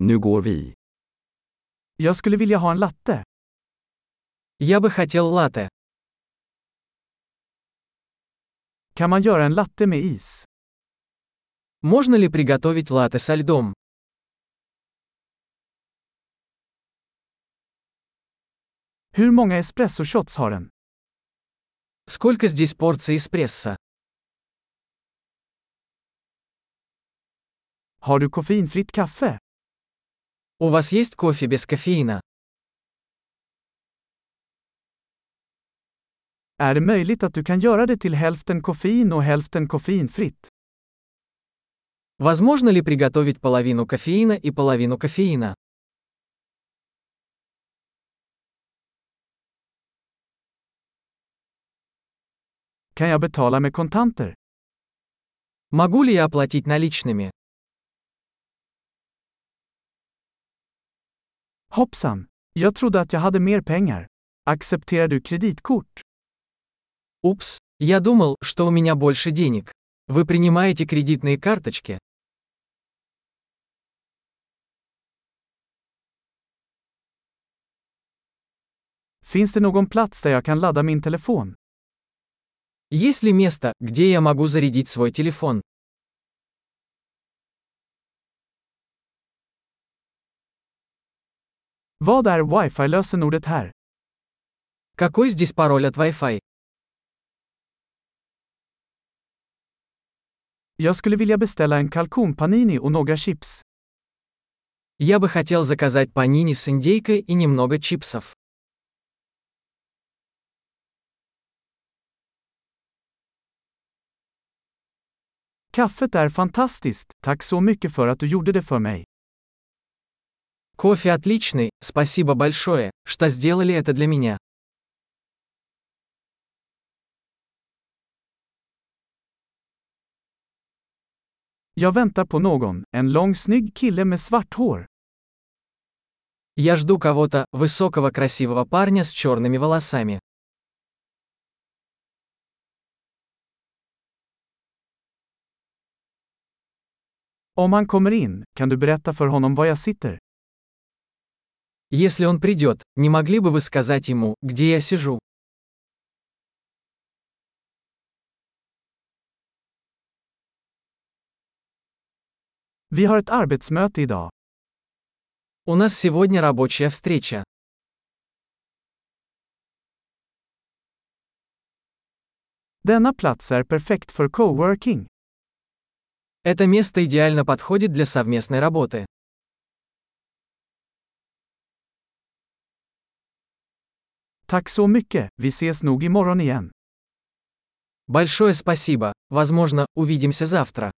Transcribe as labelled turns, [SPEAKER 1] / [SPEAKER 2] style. [SPEAKER 1] Nu går vi. Jag skulle vilja ha en latte.
[SPEAKER 2] Я бы хотел латте.
[SPEAKER 1] Kan man göra en latte med is?
[SPEAKER 2] Можно ли приготовить латте со льдом?
[SPEAKER 1] Hur många espresso shots har den?
[SPEAKER 2] Сколько здесь порций эспрессо?
[SPEAKER 1] Har du koffeinfritt kaffe?
[SPEAKER 2] У вас есть кофе без кофеина?
[SPEAKER 1] Är det möjligt att du kan göra det till hälften koffein och hälften koffeinfritt?
[SPEAKER 2] Возможно ли приготовить половину кофеина и половину кофеина?
[SPEAKER 1] Kan jag betala med kontanter?
[SPEAKER 2] Могу ли я оплатить наличными?
[SPEAKER 1] Hoppsan! Jag trodde att jag hade mer pengar. Accepterar du kreditkort?
[SPEAKER 2] Упс, я думал, что у меня больше денег. Вы принимаете кредитные карточки?
[SPEAKER 1] Finns det någon plats där jag kan ladda min telefon?
[SPEAKER 2] Есть ли место, где я могу зарядить свой телефон?
[SPEAKER 1] Vad är wifi-lösenordet här?
[SPEAKER 2] Какой здесь пароль от Wi-Fi?
[SPEAKER 1] Jag skulle vilja beställa en kalkonpanini och några chips.
[SPEAKER 2] Я бы хотел заказать панини с индейкой и немного чипсов.
[SPEAKER 1] Kaffet är fantastiskt, tack så mycket för att du gjorde det för mig.
[SPEAKER 2] Кофе отличный, спасибо большое, что сделали это для меня.
[SPEAKER 1] Jag väntar på någon, en lång snygg kille med svart hår.
[SPEAKER 2] Я жду кого-то, высокого красивого парня с черными волосами.
[SPEAKER 1] Om han kommer in, kan du berätta för honom var jag sitter?
[SPEAKER 2] Если он придет, не могли бы вы сказать ему, где я сижу?
[SPEAKER 1] Vi har ett arbetsmöte idag.
[SPEAKER 2] У нас сегодня рабочая встреча.
[SPEAKER 1] Denna plats är perfekt för coworking.
[SPEAKER 2] Это место идеально подходит для совместной работы.
[SPEAKER 1] Tack så mycket, vi ses nog imorgon igen.
[SPEAKER 2] Большое спасибо, возможно, увидимся завтра.